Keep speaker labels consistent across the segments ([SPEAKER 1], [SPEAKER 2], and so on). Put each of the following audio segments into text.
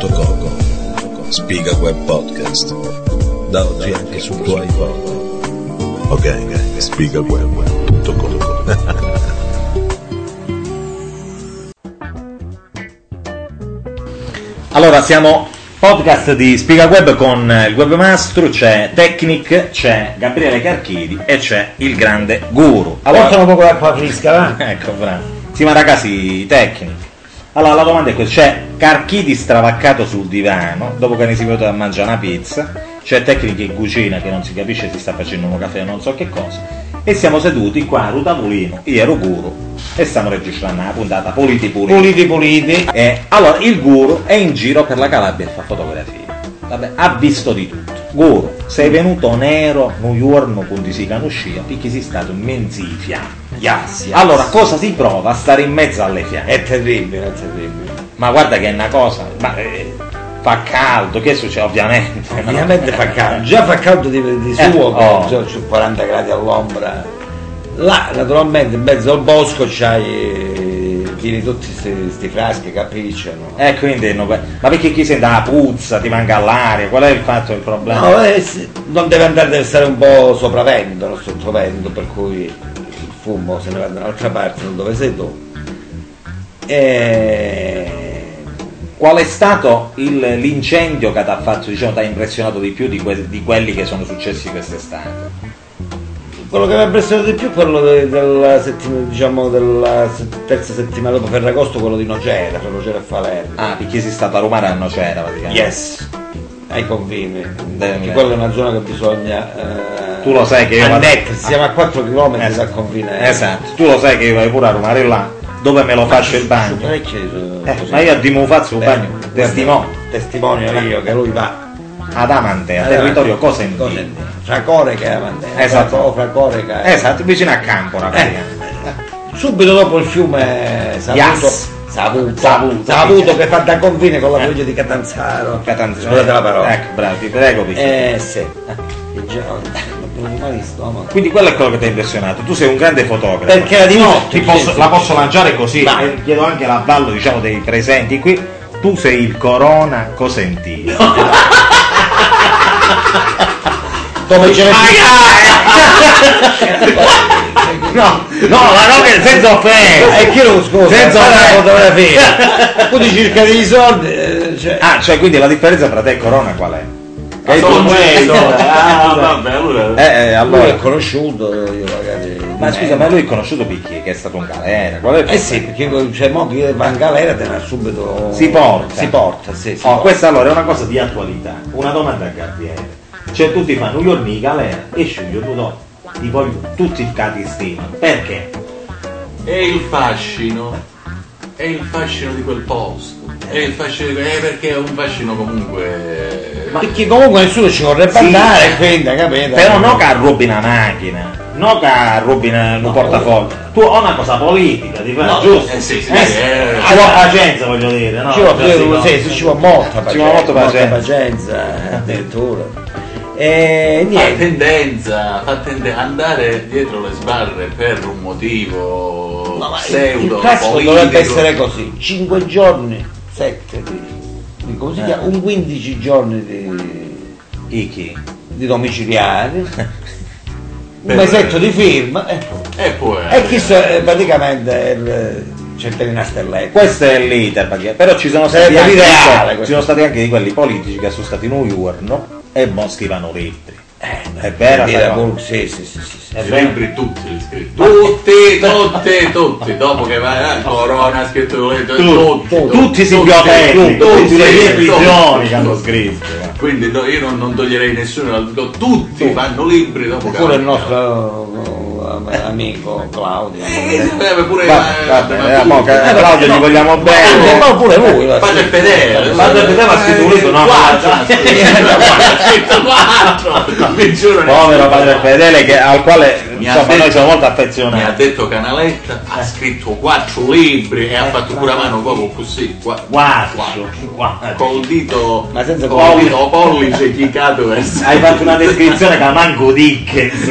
[SPEAKER 1] spigaweb.com Spigaweb Podcast da oggi anche sul tuo iPod ok spigaweb.com
[SPEAKER 2] Allora, siamo podcast di Spiga Web con il webmastro, c'è Technic, c'è Gabriele Carchidi e c'è il grande guru.
[SPEAKER 3] Portano
[SPEAKER 2] Allora,
[SPEAKER 3] un poco l'acqua fresca, va?
[SPEAKER 2] ecco, fra. Sì, ma ragazzi, Technic. Allora, la domanda è questa, c'è Carchidi stravaccato sul divano, dopo che ne si venuto a mangiare una pizza, c'è Technic in cucina che non si capisce si sta facendo un caffè o non so che cosa, e siamo seduti qua a Rutavolino, io ero guru, e stiamo registrando una puntata Politi Puliti.
[SPEAKER 3] Puliti, puliti.
[SPEAKER 2] Eh, allora, il guru è in giro per la Calabria e fa fotografie. Vabbè, ha visto di tutto. Guru, sei venuto nero, New York, con si can uscire, perché sei stato in menzifia.
[SPEAKER 3] Yes, yes.
[SPEAKER 2] Allora, cosa si prova a stare in mezzo alle fiamme?
[SPEAKER 3] è terribile, è terribile.
[SPEAKER 2] Ma guarda che è una cosa, ma eh, fa caldo, che succede? Ovviamente. no?
[SPEAKER 3] Ovviamente fa caldo, già fa caldo di, di
[SPEAKER 2] Eh,
[SPEAKER 3] suo,
[SPEAKER 2] oh.
[SPEAKER 3] già c'è 40 gradi all'ombra. Là, naturalmente, in mezzo al bosco c'hai eh, tieni tutti questi fraschi che appicciano.
[SPEAKER 2] Eh, quindi, no, beh, ma perché chi sente la puzza, ti manca l'aria, qual è il fatto, il problema?
[SPEAKER 3] No, eh, sì, non deve andare, deve stare un po' sopravvento, non sottovento, per cui il fumo se ne va da un'altra parte, non dove sei tu. E...
[SPEAKER 2] Eh, Qual è stato il- l'incendio che ti ha fatto, diciamo, ti ha impressionato di più di, que- di quelli che sono successi quest'estate?
[SPEAKER 3] Quello che mi ha impressionato di più è quello de- della, settima- diciamo, della se- terza settimana dopo Ferragosto, quello di Nocera, fra Nocera e Falerno.
[SPEAKER 2] Ah, perché si è stata a Romara a Nocera praticamente.
[SPEAKER 3] Yes, ai confini.
[SPEAKER 2] Bene.
[SPEAKER 3] Perché quella è una zona che bisogna... eh,
[SPEAKER 2] Tu lo sai che io vado-
[SPEAKER 3] annettersi, siamo a 4 km
[SPEAKER 2] Esatto.
[SPEAKER 3] dal eh. confine.
[SPEAKER 2] Esatto, tu lo sai che io vado pure a Romara e là, dove me lo faccio il
[SPEAKER 3] Su
[SPEAKER 2] bagno?
[SPEAKER 3] parecchie, su-
[SPEAKER 2] Eh,
[SPEAKER 3] così.
[SPEAKER 2] ma io a Dimo faccio il
[SPEAKER 3] Beh,
[SPEAKER 2] bagno, testimone,
[SPEAKER 3] Eh, Testimonio io che lui va. Esatto.
[SPEAKER 2] ad Amante, a territorio Cosentino.
[SPEAKER 3] Fra Coreca e Amante.
[SPEAKER 2] Esatto.
[SPEAKER 3] Fra Coreca e-
[SPEAKER 2] Esatto, vicino a Campora
[SPEAKER 3] Eh.
[SPEAKER 2] praticamente.
[SPEAKER 3] Subito dopo il fiume Savuto,
[SPEAKER 2] Yes.
[SPEAKER 3] Savuto,
[SPEAKER 2] Savuto.
[SPEAKER 3] Savuto, che fa da confine con la
[SPEAKER 2] Eh.
[SPEAKER 3] provincia di Catanzaro.
[SPEAKER 2] Catanzaro.
[SPEAKER 3] Scusate la parola.
[SPEAKER 2] Ecco, bravo, ti prego, Picchi.
[SPEAKER 3] Eh sì. Il geo- non ho mai visto, ma-
[SPEAKER 2] Quindi quello è quello che ti ha impressionato. Tu sei un grande fotografo.
[SPEAKER 3] Perché era di notte.
[SPEAKER 2] Ti posso-
[SPEAKER 3] sì,
[SPEAKER 2] la
[SPEAKER 3] sì.
[SPEAKER 2] posso lanciare così
[SPEAKER 3] Va.
[SPEAKER 2] e chiedo anche l'avvallo diciamo dei presenti qui tu sei il corona cosentino
[SPEAKER 3] Come ce ne
[SPEAKER 2] Ah. no no ma no che senza offesa
[SPEAKER 3] E chi lo scusa?
[SPEAKER 2] Senza
[SPEAKER 3] Fa
[SPEAKER 2] me.
[SPEAKER 3] la fotografia. tu ti cerca dei soldi. eh, Cioè,
[SPEAKER 2] ah cioè quindi la differenza tra te e corona qual è?
[SPEAKER 4] Ah,
[SPEAKER 2] Che tu-
[SPEAKER 4] sono questo. Ah,
[SPEAKER 2] Scusa.
[SPEAKER 4] vabbè, allora.
[SPEAKER 2] eh, eh,
[SPEAKER 3] lui è
[SPEAKER 2] allora
[SPEAKER 3] conosciuto, io magari.
[SPEAKER 2] ma scusa ma lui è conosciuto Picchi che è stato un galera qual è il
[SPEAKER 3] Eh sì, perché cioè, mo che va in galera te ne ha subito.
[SPEAKER 2] Si porta.
[SPEAKER 3] Si porta, sì. si
[SPEAKER 2] Oh,
[SPEAKER 3] porta.
[SPEAKER 2] questa allora è una cosa di attualità. Una domanda a Gabriele. Cioè tutti fanno io in galera e sceglio tu no. Ti voglio tutti il catistino. Perché?
[SPEAKER 4] È il fascino. È il fascino di quel posto. È il fascino di quel... eh, perché è un fascino comunque.
[SPEAKER 3] Ma perché comunque nessuno ci vorrebbe
[SPEAKER 2] Sì.
[SPEAKER 3] andare, quindi, capito?
[SPEAKER 2] Però no che rubi una macchina, no che rubi una- un portafoglio. Tu ho una cosa politica, ti fai
[SPEAKER 3] No,
[SPEAKER 2] giusto?
[SPEAKER 4] eh, sì, sì,
[SPEAKER 2] Eh,
[SPEAKER 4] sì, eh.
[SPEAKER 2] Ci vuole pazienza voglio dire, no?
[SPEAKER 3] Ci vuole,
[SPEAKER 2] Cioè, sì, no.
[SPEAKER 3] sì, sì, ci vuole molta pazienza.
[SPEAKER 2] Ci vuole molta pazienza.
[SPEAKER 3] pazienza, eh, addirittura. E
[SPEAKER 4] Fa
[SPEAKER 3] niente.
[SPEAKER 4] tendenza, fa tendenza andare dietro le sbarre per un motivo
[SPEAKER 3] Ma vai,
[SPEAKER 4] pseudo.
[SPEAKER 3] il classico
[SPEAKER 4] politico.
[SPEAKER 3] dovrebbe essere così 5 giorni 7 di, di
[SPEAKER 2] Eh.
[SPEAKER 3] come si chiama? un 15 giorni di,
[SPEAKER 2] Ichi.
[SPEAKER 3] di domiciliari un
[SPEAKER 4] Beh,
[SPEAKER 3] mesetto di firma e,
[SPEAKER 4] E poi.
[SPEAKER 3] e chi so- eh, praticamente il centellina stelletta
[SPEAKER 2] Questo è l'iter, perché- però ci sono stati
[SPEAKER 3] Sarebbe
[SPEAKER 2] anche
[SPEAKER 3] l'ideale,
[SPEAKER 2] di quelli-
[SPEAKER 3] questo.
[SPEAKER 2] ci sono stati anche di quelli politici che sono stati in un giorno e moschi panoretti. È vero,
[SPEAKER 3] eh, Dire,
[SPEAKER 2] sai cosa?
[SPEAKER 3] boh, sì, sì, sì, sì, sì.
[SPEAKER 2] È
[SPEAKER 4] I
[SPEAKER 2] vero.
[SPEAKER 4] libri tutti li scritti. Tutti, tutti, tutti. Dopo che va la corona ha scritto tutti,
[SPEAKER 2] tutti, tutti, tutti si
[SPEAKER 4] tutti,
[SPEAKER 2] biotecnici, tutti le mie
[SPEAKER 4] tutti,
[SPEAKER 2] prigioni che
[SPEAKER 4] tutti.
[SPEAKER 2] hanno scritto. eh.
[SPEAKER 4] Quindi no, io non, non toglierei nessuno, dal- no, tutti fanno libri dopo che-
[SPEAKER 3] pure il nostro eh, amico Claudio
[SPEAKER 4] Eh, vabbè, pure
[SPEAKER 2] Va-
[SPEAKER 4] eh,
[SPEAKER 2] Vabbè,
[SPEAKER 4] ma
[SPEAKER 2] eh,
[SPEAKER 4] tutti.
[SPEAKER 2] mo che a
[SPEAKER 3] Eh,
[SPEAKER 2] Claudio
[SPEAKER 3] no.
[SPEAKER 2] gli vogliamo
[SPEAKER 3] Eh,
[SPEAKER 2] bene.
[SPEAKER 3] ma pure lui va,
[SPEAKER 4] Padre
[SPEAKER 3] sì.
[SPEAKER 4] Fedele,
[SPEAKER 2] Padre Fedele Eh, ha scritto un libro, no,
[SPEAKER 4] Quattro,
[SPEAKER 2] ma-
[SPEAKER 4] ha scritto quattro, mi giuro. ne-
[SPEAKER 2] Povero padre Fedele che- al quale
[SPEAKER 4] Mi ha
[SPEAKER 2] insomma, noi
[SPEAKER 4] detto-
[SPEAKER 2] siamo molto
[SPEAKER 4] Mi ha
[SPEAKER 2] affezionati.
[SPEAKER 4] detto Canaletta, ha
[SPEAKER 2] Eh.
[SPEAKER 4] scritto quattro libri e ha fatto pure a mano proprio così, qua-
[SPEAKER 2] Guardo, guardo.
[SPEAKER 4] col dito,
[SPEAKER 3] Ma senza
[SPEAKER 4] col
[SPEAKER 3] pollice.
[SPEAKER 4] dito pollice chicato verso.
[SPEAKER 2] Hai fatto una descrizione che manco Dickens.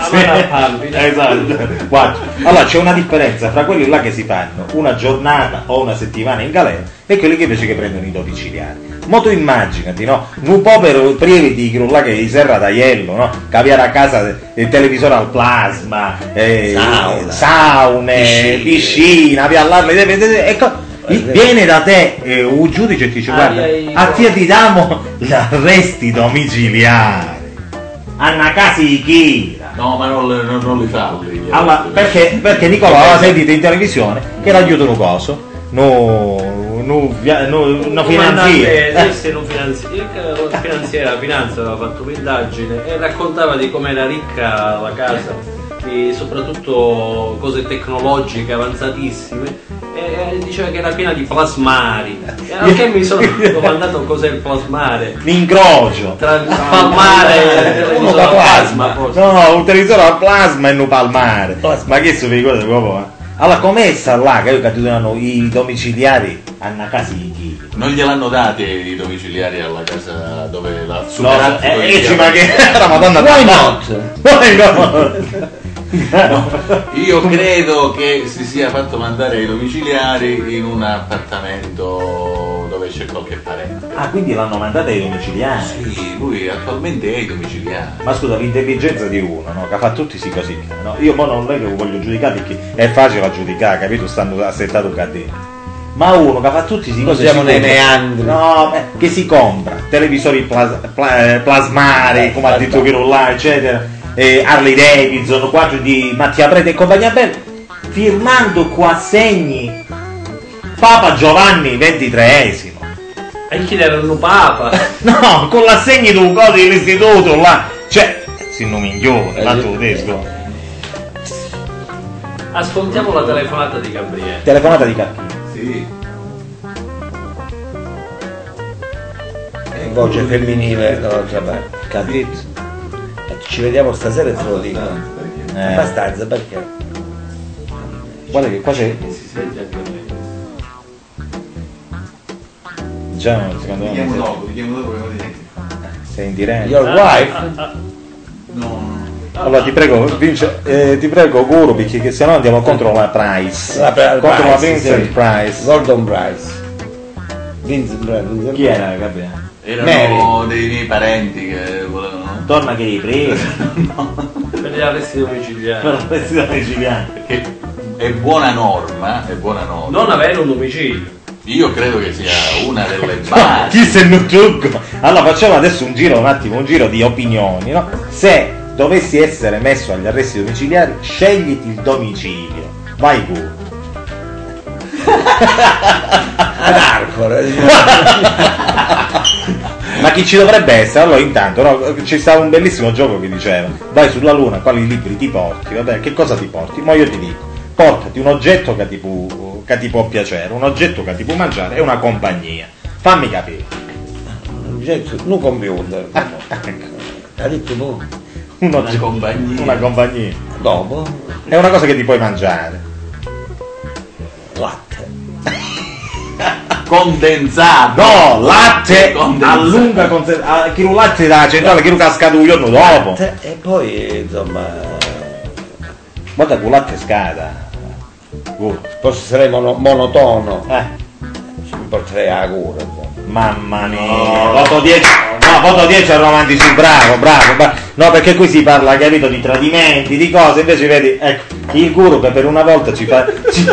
[SPEAKER 5] Allora parli.
[SPEAKER 2] esatto. Guarda. Allora c'è una differenza fra quelli là che si fanno una giornata o una settimana in galera e quelli che invece che prendono i domiciliari. Mo tu immaginati, no? Un po' per prievi di grulla che di serra d'agliello, no? Caviare a casa, il televisore al plasma, eh,
[SPEAKER 3] Sauna.
[SPEAKER 2] saune,
[SPEAKER 3] Piscine.
[SPEAKER 2] piscina, via all'arma, ecco. Viene da te eh, un giudice e ti dice guarda,
[SPEAKER 5] Ai, ai,
[SPEAKER 2] a te ti diamo gli arresti domiciliari. Anna Casi Chira.
[SPEAKER 4] No, ma non, non- non li eh. falli. gli
[SPEAKER 2] Allora,
[SPEAKER 4] altri.
[SPEAKER 2] Ah, perché, perché Nicola aveva sentito in televisione che l'aiuto un coso, no, no, via- no, no finanziere. eh,
[SPEAKER 5] Comandante disse in un finanzi- il finanziere, la finanza aveva fatto un'indagine e raccontava di come era ricca la casa, di soprattutto cose tecnologiche avanzatissime e diceva che era piena di plasmari. E anche mi sono domandato cos'è il plasmare.
[SPEAKER 2] L'incrocio.
[SPEAKER 5] Tra il palmare
[SPEAKER 2] Eh,
[SPEAKER 5] e diciamo,
[SPEAKER 3] Uno da plasma.
[SPEAKER 5] forse.
[SPEAKER 2] No, no, un televisore a plasma e non palmare.
[SPEAKER 3] Plasma.
[SPEAKER 2] Ma che sono quelle cose proprio. eh? Allora, com'è sta là che io caduto i domiciliari a una casa di chi?
[SPEAKER 4] Non gliel'hanno dati i domiciliari alla casa dove la
[SPEAKER 2] No,
[SPEAKER 4] superattico
[SPEAKER 2] eh,
[SPEAKER 4] è
[SPEAKER 2] che ci ma che la madonna
[SPEAKER 3] Why
[SPEAKER 2] tanto.
[SPEAKER 3] not?
[SPEAKER 2] Why not?
[SPEAKER 4] Io credo che si sia fatto mandare i domiciliari in un appartamento dove c'è qualche parente.
[SPEAKER 2] Ah, quindi l'hanno mandata ai domiciliari.
[SPEAKER 4] Sì, lui attualmente è ai domiciliari.
[SPEAKER 2] Ma scusa, l'intelligenza di uno, no? Che fa tutti sì così. No? Io mo non è che lo voglio giudicare perché è facile a giudicare, capito? Stanno assettato cadere. Ma uno che fa tutti sì
[SPEAKER 3] Non
[SPEAKER 2] così.
[SPEAKER 3] siamo
[SPEAKER 2] si
[SPEAKER 3] nei
[SPEAKER 2] compra-
[SPEAKER 3] meandri.
[SPEAKER 2] No, eh, che si compra. Televisori plas- pla- eh, plasmari, come ha
[SPEAKER 3] certo.
[SPEAKER 2] detto Piero là, eccetera. eh, Harley Davidson, quadri di Mattia Prete e compagnia bella. Firmando qua segni Papa Giovanni XXIII.
[SPEAKER 5] E chi era un papa?
[SPEAKER 2] No, con l'assegno di un coso dell'istituto là. Cioè, si non migliore, tanto tedesco.
[SPEAKER 5] Ascoltiamo la telefonata di Gabriele.
[SPEAKER 2] Telefonata di Cacchino.
[SPEAKER 4] Sì.
[SPEAKER 3] E eh, voce femminile dall'altra parte. Capito? E Ci vediamo stasera e te lo dico.
[SPEAKER 2] Ah, Eh,
[SPEAKER 3] Abbastanza perché?
[SPEAKER 2] guarda che qua c'è.
[SPEAKER 5] Si sente anche lei.
[SPEAKER 2] Già, no, secondo
[SPEAKER 4] Ti
[SPEAKER 2] me.
[SPEAKER 4] chiamo
[SPEAKER 2] non
[SPEAKER 4] dopo, ti chiamo dopo prima di
[SPEAKER 2] sei- Sei in diretta.
[SPEAKER 3] Your
[SPEAKER 2] ah,
[SPEAKER 3] wife?
[SPEAKER 4] No,
[SPEAKER 2] Allora ti prego, Vince, eh, ti prego Guru, perché che sennò andiamo contro la Ah, Price.
[SPEAKER 3] La Pri-
[SPEAKER 2] contro la
[SPEAKER 3] Price,
[SPEAKER 2] Vincent
[SPEAKER 3] sì.
[SPEAKER 2] Price.
[SPEAKER 3] Gordon Price. Vincent Price. Vincent
[SPEAKER 2] Chi era, vabbè?
[SPEAKER 4] erano dei miei parenti che volevano.
[SPEAKER 2] Torna che hai preso.
[SPEAKER 5] Per gli arresti domiciliari.
[SPEAKER 2] per questi siciliani.
[SPEAKER 4] Perché è buona norma, è buona norma.
[SPEAKER 5] Non avere un domicilio.
[SPEAKER 4] Io credo che sia una delle
[SPEAKER 2] Ma
[SPEAKER 4] basi.
[SPEAKER 2] chi se non trucco? Allora facciamo adesso un giro, un attimo, un giro di opinioni, no? Se dovessi essere messo agli arresti domiciliari, scegliti il domicilio. Vai pure.
[SPEAKER 3] Anarco. eh,
[SPEAKER 2] Ma chi ci dovrebbe essere? Allora intanto no, ci stava un bellissimo gioco che diceva vai sulla luna, quali libri ti porti, vabbè, che cosa ti porti? Ma io ti dico, portati un oggetto che ti, pu- che ti può piacere, un oggetto che ti può mangiare e una compagnia. Fammi capire.
[SPEAKER 3] Un oggetto, un computer.
[SPEAKER 2] Ecco,
[SPEAKER 3] Ha detto tu.
[SPEAKER 2] un oggetto-
[SPEAKER 4] compagnia.
[SPEAKER 2] Una compagnia.
[SPEAKER 3] Dopo,
[SPEAKER 2] È una cosa che ti puoi mangiare.
[SPEAKER 3] latte.
[SPEAKER 4] Condensato!
[SPEAKER 2] No, latte
[SPEAKER 4] Condensato.
[SPEAKER 2] a lunga conser- a- chi lo latte da centrale, chi lo cascato un giorno dopo.
[SPEAKER 3] Latte, E poi, insomma,
[SPEAKER 2] Guarda che il latte scada. Oh,
[SPEAKER 3] posso essere mono- monotono.
[SPEAKER 2] eh.
[SPEAKER 3] Ci porterei a cura, insomma.
[SPEAKER 2] Mamma mia, voto 10, no, voto 10 al romantici, bravo, bravo, bravo. No, perché qui si parla, capito, di tradimenti, di cose, invece vedi, ecco, il guru che per una volta ci fa. Ci...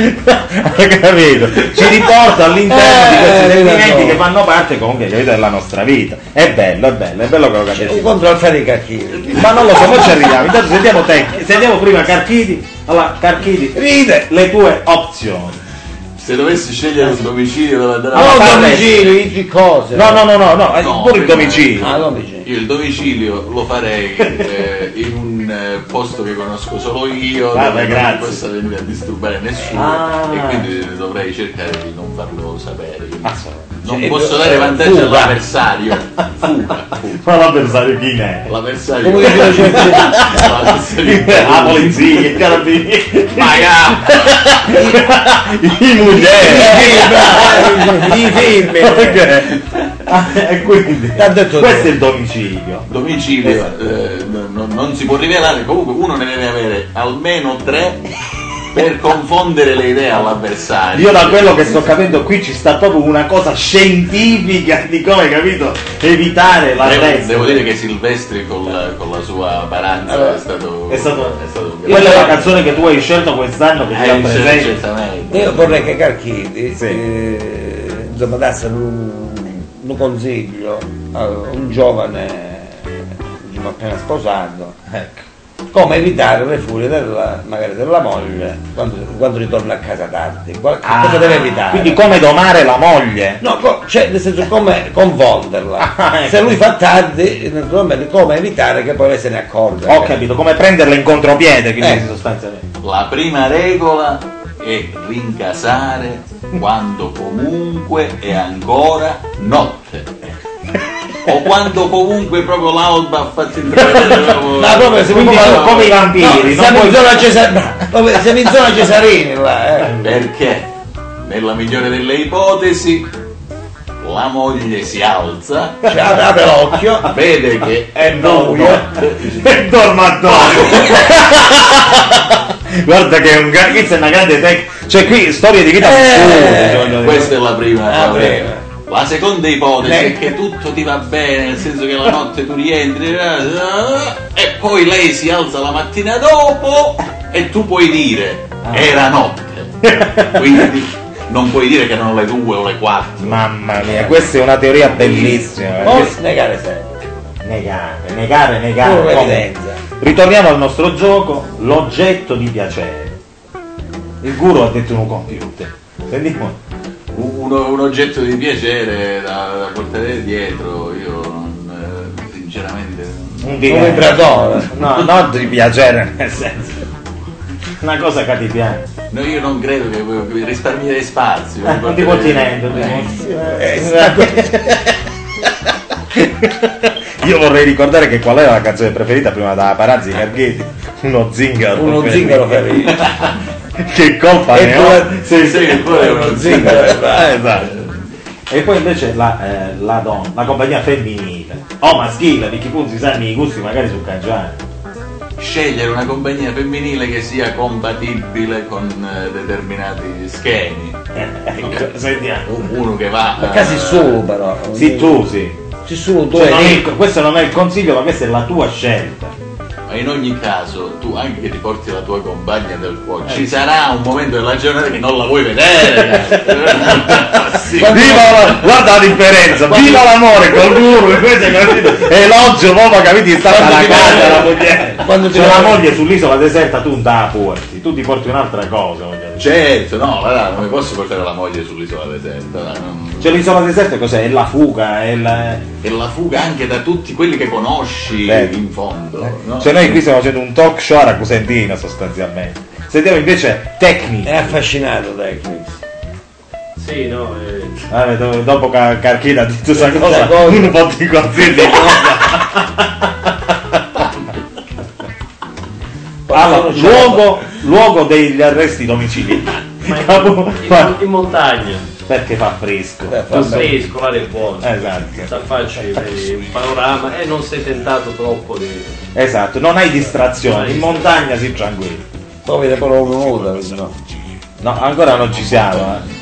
[SPEAKER 2] Hai capito? Ci riporta all'interno di
[SPEAKER 3] Eh,
[SPEAKER 2] questi
[SPEAKER 3] vedi,
[SPEAKER 2] sentimenti
[SPEAKER 3] no.
[SPEAKER 2] che fanno parte comunque capito, della nostra vita. È bello, è bello, è bello che lo
[SPEAKER 3] Un
[SPEAKER 2] capisci.
[SPEAKER 3] contro alfa di cacchini.
[SPEAKER 2] Ma non lo so, ma ci arriviamo. Intanto sentiamo te, sentiamo prima Carchidi. Allora, Carchidi, ride le tue opzioni.
[SPEAKER 4] Se dovessi scegliere un domicilio dove andare a
[SPEAKER 2] Allora,
[SPEAKER 3] Non
[SPEAKER 2] parla-
[SPEAKER 3] domicilio, dici cose.
[SPEAKER 2] No, no, no, no, no, eh,
[SPEAKER 4] No,
[SPEAKER 2] pure il
[SPEAKER 4] prima-
[SPEAKER 2] domicilio.
[SPEAKER 3] Ah, domicilio.
[SPEAKER 4] Io il domicilio lo farei eh, in un eh, posto che conosco solo io,
[SPEAKER 2] Vabbè,
[SPEAKER 4] dove
[SPEAKER 2] grazie.
[SPEAKER 4] non possa venire a disturbare nessuno
[SPEAKER 2] Ah.
[SPEAKER 4] e quindi dovrei cercare di non farlo sapere.
[SPEAKER 2] Assolutamente.
[SPEAKER 4] Non
[SPEAKER 3] Cioè,
[SPEAKER 4] posso
[SPEAKER 3] eh,
[SPEAKER 4] dare vantaggio
[SPEAKER 3] fuga.
[SPEAKER 4] all'avversario. Fuga.
[SPEAKER 2] Ma l'avversario chi è?
[SPEAKER 4] L'avversario.
[SPEAKER 3] Come dicevo, cioè,
[SPEAKER 2] La
[SPEAKER 4] L'avversario.
[SPEAKER 2] polizia, i carabinieri,
[SPEAKER 4] Vai a-
[SPEAKER 2] i musei.
[SPEAKER 3] i film.
[SPEAKER 2] Ok. Ah, E quindi
[SPEAKER 3] L'ha detto
[SPEAKER 2] questo è
[SPEAKER 3] te.
[SPEAKER 2] il domicilio.
[SPEAKER 4] Domicilio eh, no- no- non si può rivelare, comunque uno ne deve avere almeno tre per confondere le idee all'avversario.
[SPEAKER 2] Io da quello che sto capendo qui ci sta proprio una cosa scientifica di come, capito, evitare
[SPEAKER 4] Devo,
[SPEAKER 2] l'arresto.
[SPEAKER 4] devo dire che Silvestri con la, con la sua baranza è stato
[SPEAKER 2] è stato-
[SPEAKER 4] è stato un grande-
[SPEAKER 2] Quella è la canzone che tu hai scelto quest'anno che ti
[SPEAKER 4] Eh, sì,
[SPEAKER 2] rappresenta.
[SPEAKER 4] certamente.
[SPEAKER 3] Io vorrei che Carchiti
[SPEAKER 2] Sì.
[SPEAKER 3] eh, insomma, dasse un, un consiglio a un giovane diciamo, appena sposato
[SPEAKER 2] Ecco.
[SPEAKER 3] come evitare le furie della, magari della moglie quando, quando ritorna a casa tardi Qual- che Ah, cosa deve evitare
[SPEAKER 2] Ah, Quindi come domare la moglie?
[SPEAKER 3] No, co- cioè nel senso come confonderla.
[SPEAKER 2] Ah, ecco.
[SPEAKER 3] Se lui fa tardi, naturalmente come evitare che poi lei se ne accorga.
[SPEAKER 2] Ho capito, come prenderla in contropiede, quindi
[SPEAKER 3] Eh.
[SPEAKER 2] sostanzialmente.
[SPEAKER 4] La prima regola è rincasare quando comunque è ancora notte. o quando comunque proprio l'alba ha fatto entrare
[SPEAKER 3] Ma proprio se
[SPEAKER 2] Quindi
[SPEAKER 3] mi
[SPEAKER 2] come- come i vampiri, non
[SPEAKER 3] siamo,
[SPEAKER 2] puoi-
[SPEAKER 3] in zona Cesa- no, proprio siamo in zona Cesarini là, eh.
[SPEAKER 4] Perché nella migliore delle ipotesi la moglie si alza,
[SPEAKER 3] Cioè, apre, apre l'occhio.
[SPEAKER 4] vede che
[SPEAKER 2] Eh,
[SPEAKER 4] è
[SPEAKER 2] buio.
[SPEAKER 4] notte,
[SPEAKER 2] e dormo addosso. Guarda che è un gra- questa è una grande tecnica. Cioè qui storie di vita
[SPEAKER 3] Eh,
[SPEAKER 2] assurde, voglio dire.
[SPEAKER 4] Questa è la prima.
[SPEAKER 3] Ah,
[SPEAKER 4] la
[SPEAKER 3] prima.
[SPEAKER 4] La seconda ipotesi
[SPEAKER 3] Lei-
[SPEAKER 4] è che tutto ti va bene, nel senso che la notte tu rientri eh, e poi lei si alza la mattina dopo e tu puoi dire era notte. Quindi non puoi dire che erano le due o le quattro.
[SPEAKER 2] Mamma mia, questa è una teoria bellissima. eh.
[SPEAKER 3] Poi
[SPEAKER 2] Questa-
[SPEAKER 3] negare sempre.
[SPEAKER 2] Negare, negare, negare.
[SPEAKER 3] Pure
[SPEAKER 2] come-
[SPEAKER 3] evidenza.
[SPEAKER 2] Ritorniamo al nostro gioco, l'oggetto di piacere. Il guru ha detto un computer. Sentiamo.
[SPEAKER 4] Un, un oggetto di piacere da, da portare dietro, io non, eh, sinceramente
[SPEAKER 2] Un
[SPEAKER 3] Un vibratore.
[SPEAKER 2] No, non di piacere, nel senso. Una cosa che ti piace.
[SPEAKER 4] no, io non credo che risparmiare spazio.
[SPEAKER 2] Eh, Un tipo tinendo,
[SPEAKER 4] Eh,
[SPEAKER 2] tipo- diciamo. esatto. Io vorrei ricordare che qual era la canzone preferita prima da Parazzi Carghetti. Uno zingaro.
[SPEAKER 3] Uno zingaro ferito.
[SPEAKER 2] Che colpa
[SPEAKER 3] E
[SPEAKER 2] ne ho.
[SPEAKER 3] due-
[SPEAKER 4] Sì, sì, pure è uno
[SPEAKER 3] zingaro.
[SPEAKER 2] Eh, esatto. E poi invece la, eh, la donna, la compagnia femminile. O maschile, perché pur si sanno i gusti magari sul cangiano.
[SPEAKER 4] scegliere una compagnia femminile che sia compatibile con eh, determinati schemi.
[SPEAKER 2] Ecco, sentiamo.
[SPEAKER 4] Uno che va. eh,
[SPEAKER 3] Ma casi su però.
[SPEAKER 2] Sì, tu sì.
[SPEAKER 3] Ci su, tu
[SPEAKER 2] Cioè, non
[SPEAKER 3] hai-
[SPEAKER 2] è- questo non è il consiglio, ma questa è la tua scelta.
[SPEAKER 4] Ma in ogni caso, tu anche che ti porti la tua compagna del cuore,
[SPEAKER 2] Eh,
[SPEAKER 4] ci sarà un momento della giornata che non la vuoi vedere. Sì.
[SPEAKER 2] Viva la, guarda la differenza, viva l'amore col guru, invece capito? Elogio, mamma capito, sta
[SPEAKER 3] Quando
[SPEAKER 2] alla
[SPEAKER 3] ti
[SPEAKER 2] casa
[SPEAKER 3] vede-
[SPEAKER 2] la moglie.
[SPEAKER 3] quando ti
[SPEAKER 2] C'è la
[SPEAKER 3] vede-
[SPEAKER 2] moglie sull'isola deserta, tu non te la porti, tu ti porti un'altra cosa. voglio dire.
[SPEAKER 4] Certo, no, guarda, non mi posso portare la moglie sull'isola deserta. dai, non-
[SPEAKER 2] Cioè l'isola deserta cos'è? È la fuga, è la...
[SPEAKER 4] E la fuga anche da tutti quelli che conosci
[SPEAKER 2] Beh.
[SPEAKER 4] in fondo. no?
[SPEAKER 2] Cioè noi qui stiamo facendo un talk show a Racusentina sostanzialmente. Sentiamo invece
[SPEAKER 3] È
[SPEAKER 2] tecniche.
[SPEAKER 3] affascinato dai Chris.
[SPEAKER 5] Sì, no, eh,
[SPEAKER 2] Vabbè, do- dopo Car- Carchina ha detto questa cosa,
[SPEAKER 3] Questa
[SPEAKER 2] cosa.
[SPEAKER 3] cosa.
[SPEAKER 2] uno può dire qualsiasi cosa. Allora, luogo, luogo degli arresti domiciliari.
[SPEAKER 5] ma in,
[SPEAKER 2] Capo-
[SPEAKER 5] in-
[SPEAKER 2] ma-
[SPEAKER 5] in montagna.
[SPEAKER 2] perché fa fresco.
[SPEAKER 3] Eh,
[SPEAKER 5] Tu
[SPEAKER 3] fa-
[SPEAKER 5] sei scolare buono.
[SPEAKER 2] Esatto.
[SPEAKER 5] Sta facci vedi, un panorama e non sei tentato troppo di.
[SPEAKER 2] Esatto, non hai distrazioni, in montagna si tranquilli.
[SPEAKER 3] Poi vede pure un nudo, no.
[SPEAKER 2] No, ancora non ci siamo. eh.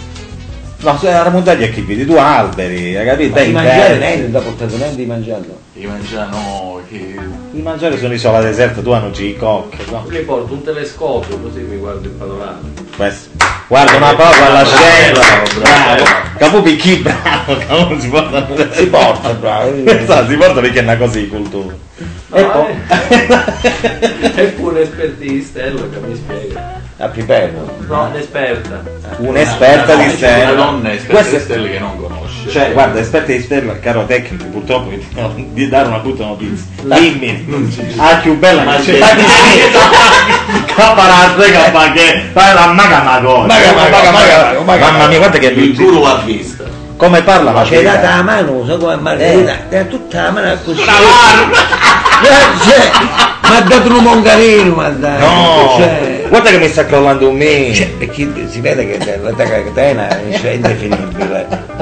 [SPEAKER 2] No, se la montagna è che vedi due alberi, hai capito? È
[SPEAKER 3] Di mangiare
[SPEAKER 2] inverno.
[SPEAKER 3] niente, da portato niente di mangiarlo.
[SPEAKER 4] Che mangiano, che
[SPEAKER 2] Di mangiare su un'isola deserta, tu non ci cocche, no?
[SPEAKER 5] Mi porto un telescopio così mi guardo il panorama.
[SPEAKER 2] Questo. Guarda una prova alla
[SPEAKER 4] Bravo,
[SPEAKER 2] scelta.
[SPEAKER 4] bravo, bravo.
[SPEAKER 2] Bravo. Capo picchi, bravo, capo si porta.
[SPEAKER 3] Si porta, bravo.
[SPEAKER 2] Esatto, si porta perché è una cosa di cultura.
[SPEAKER 5] E poi? eh. Eppure espertista, è lui che mi spiega.
[SPEAKER 3] A Piperno.
[SPEAKER 5] No, l'esperta.
[SPEAKER 2] Un'esperta
[SPEAKER 4] Una
[SPEAKER 2] di
[SPEAKER 4] donna-
[SPEAKER 2] stelle.
[SPEAKER 4] Una donna esperta
[SPEAKER 2] Questa-
[SPEAKER 4] di stelle che non conosce.
[SPEAKER 2] Cioè, guarda, esperta di stelle, caro tecnico, purtroppo vi devo di dare una brutta notizia. Dimmi, ah, più bella ma c'è la Caparazze, capa che fai la maga mago.
[SPEAKER 3] Maga, maga, maga, maga.
[SPEAKER 2] Mamma mia, guarda che
[SPEAKER 4] il
[SPEAKER 2] lui-
[SPEAKER 4] guru l'ha vista.
[SPEAKER 2] come parla ma
[SPEAKER 3] C'è data la mano, so come Margherita, eh. tutta la mano così. Cioè, ma ha dato un mongarino, ma dai.
[SPEAKER 2] No!
[SPEAKER 3] Cioè,
[SPEAKER 2] Guarda che mi sta crollando un me.
[SPEAKER 3] cioè, perché si vede che la la catena è cioè, indefinibile.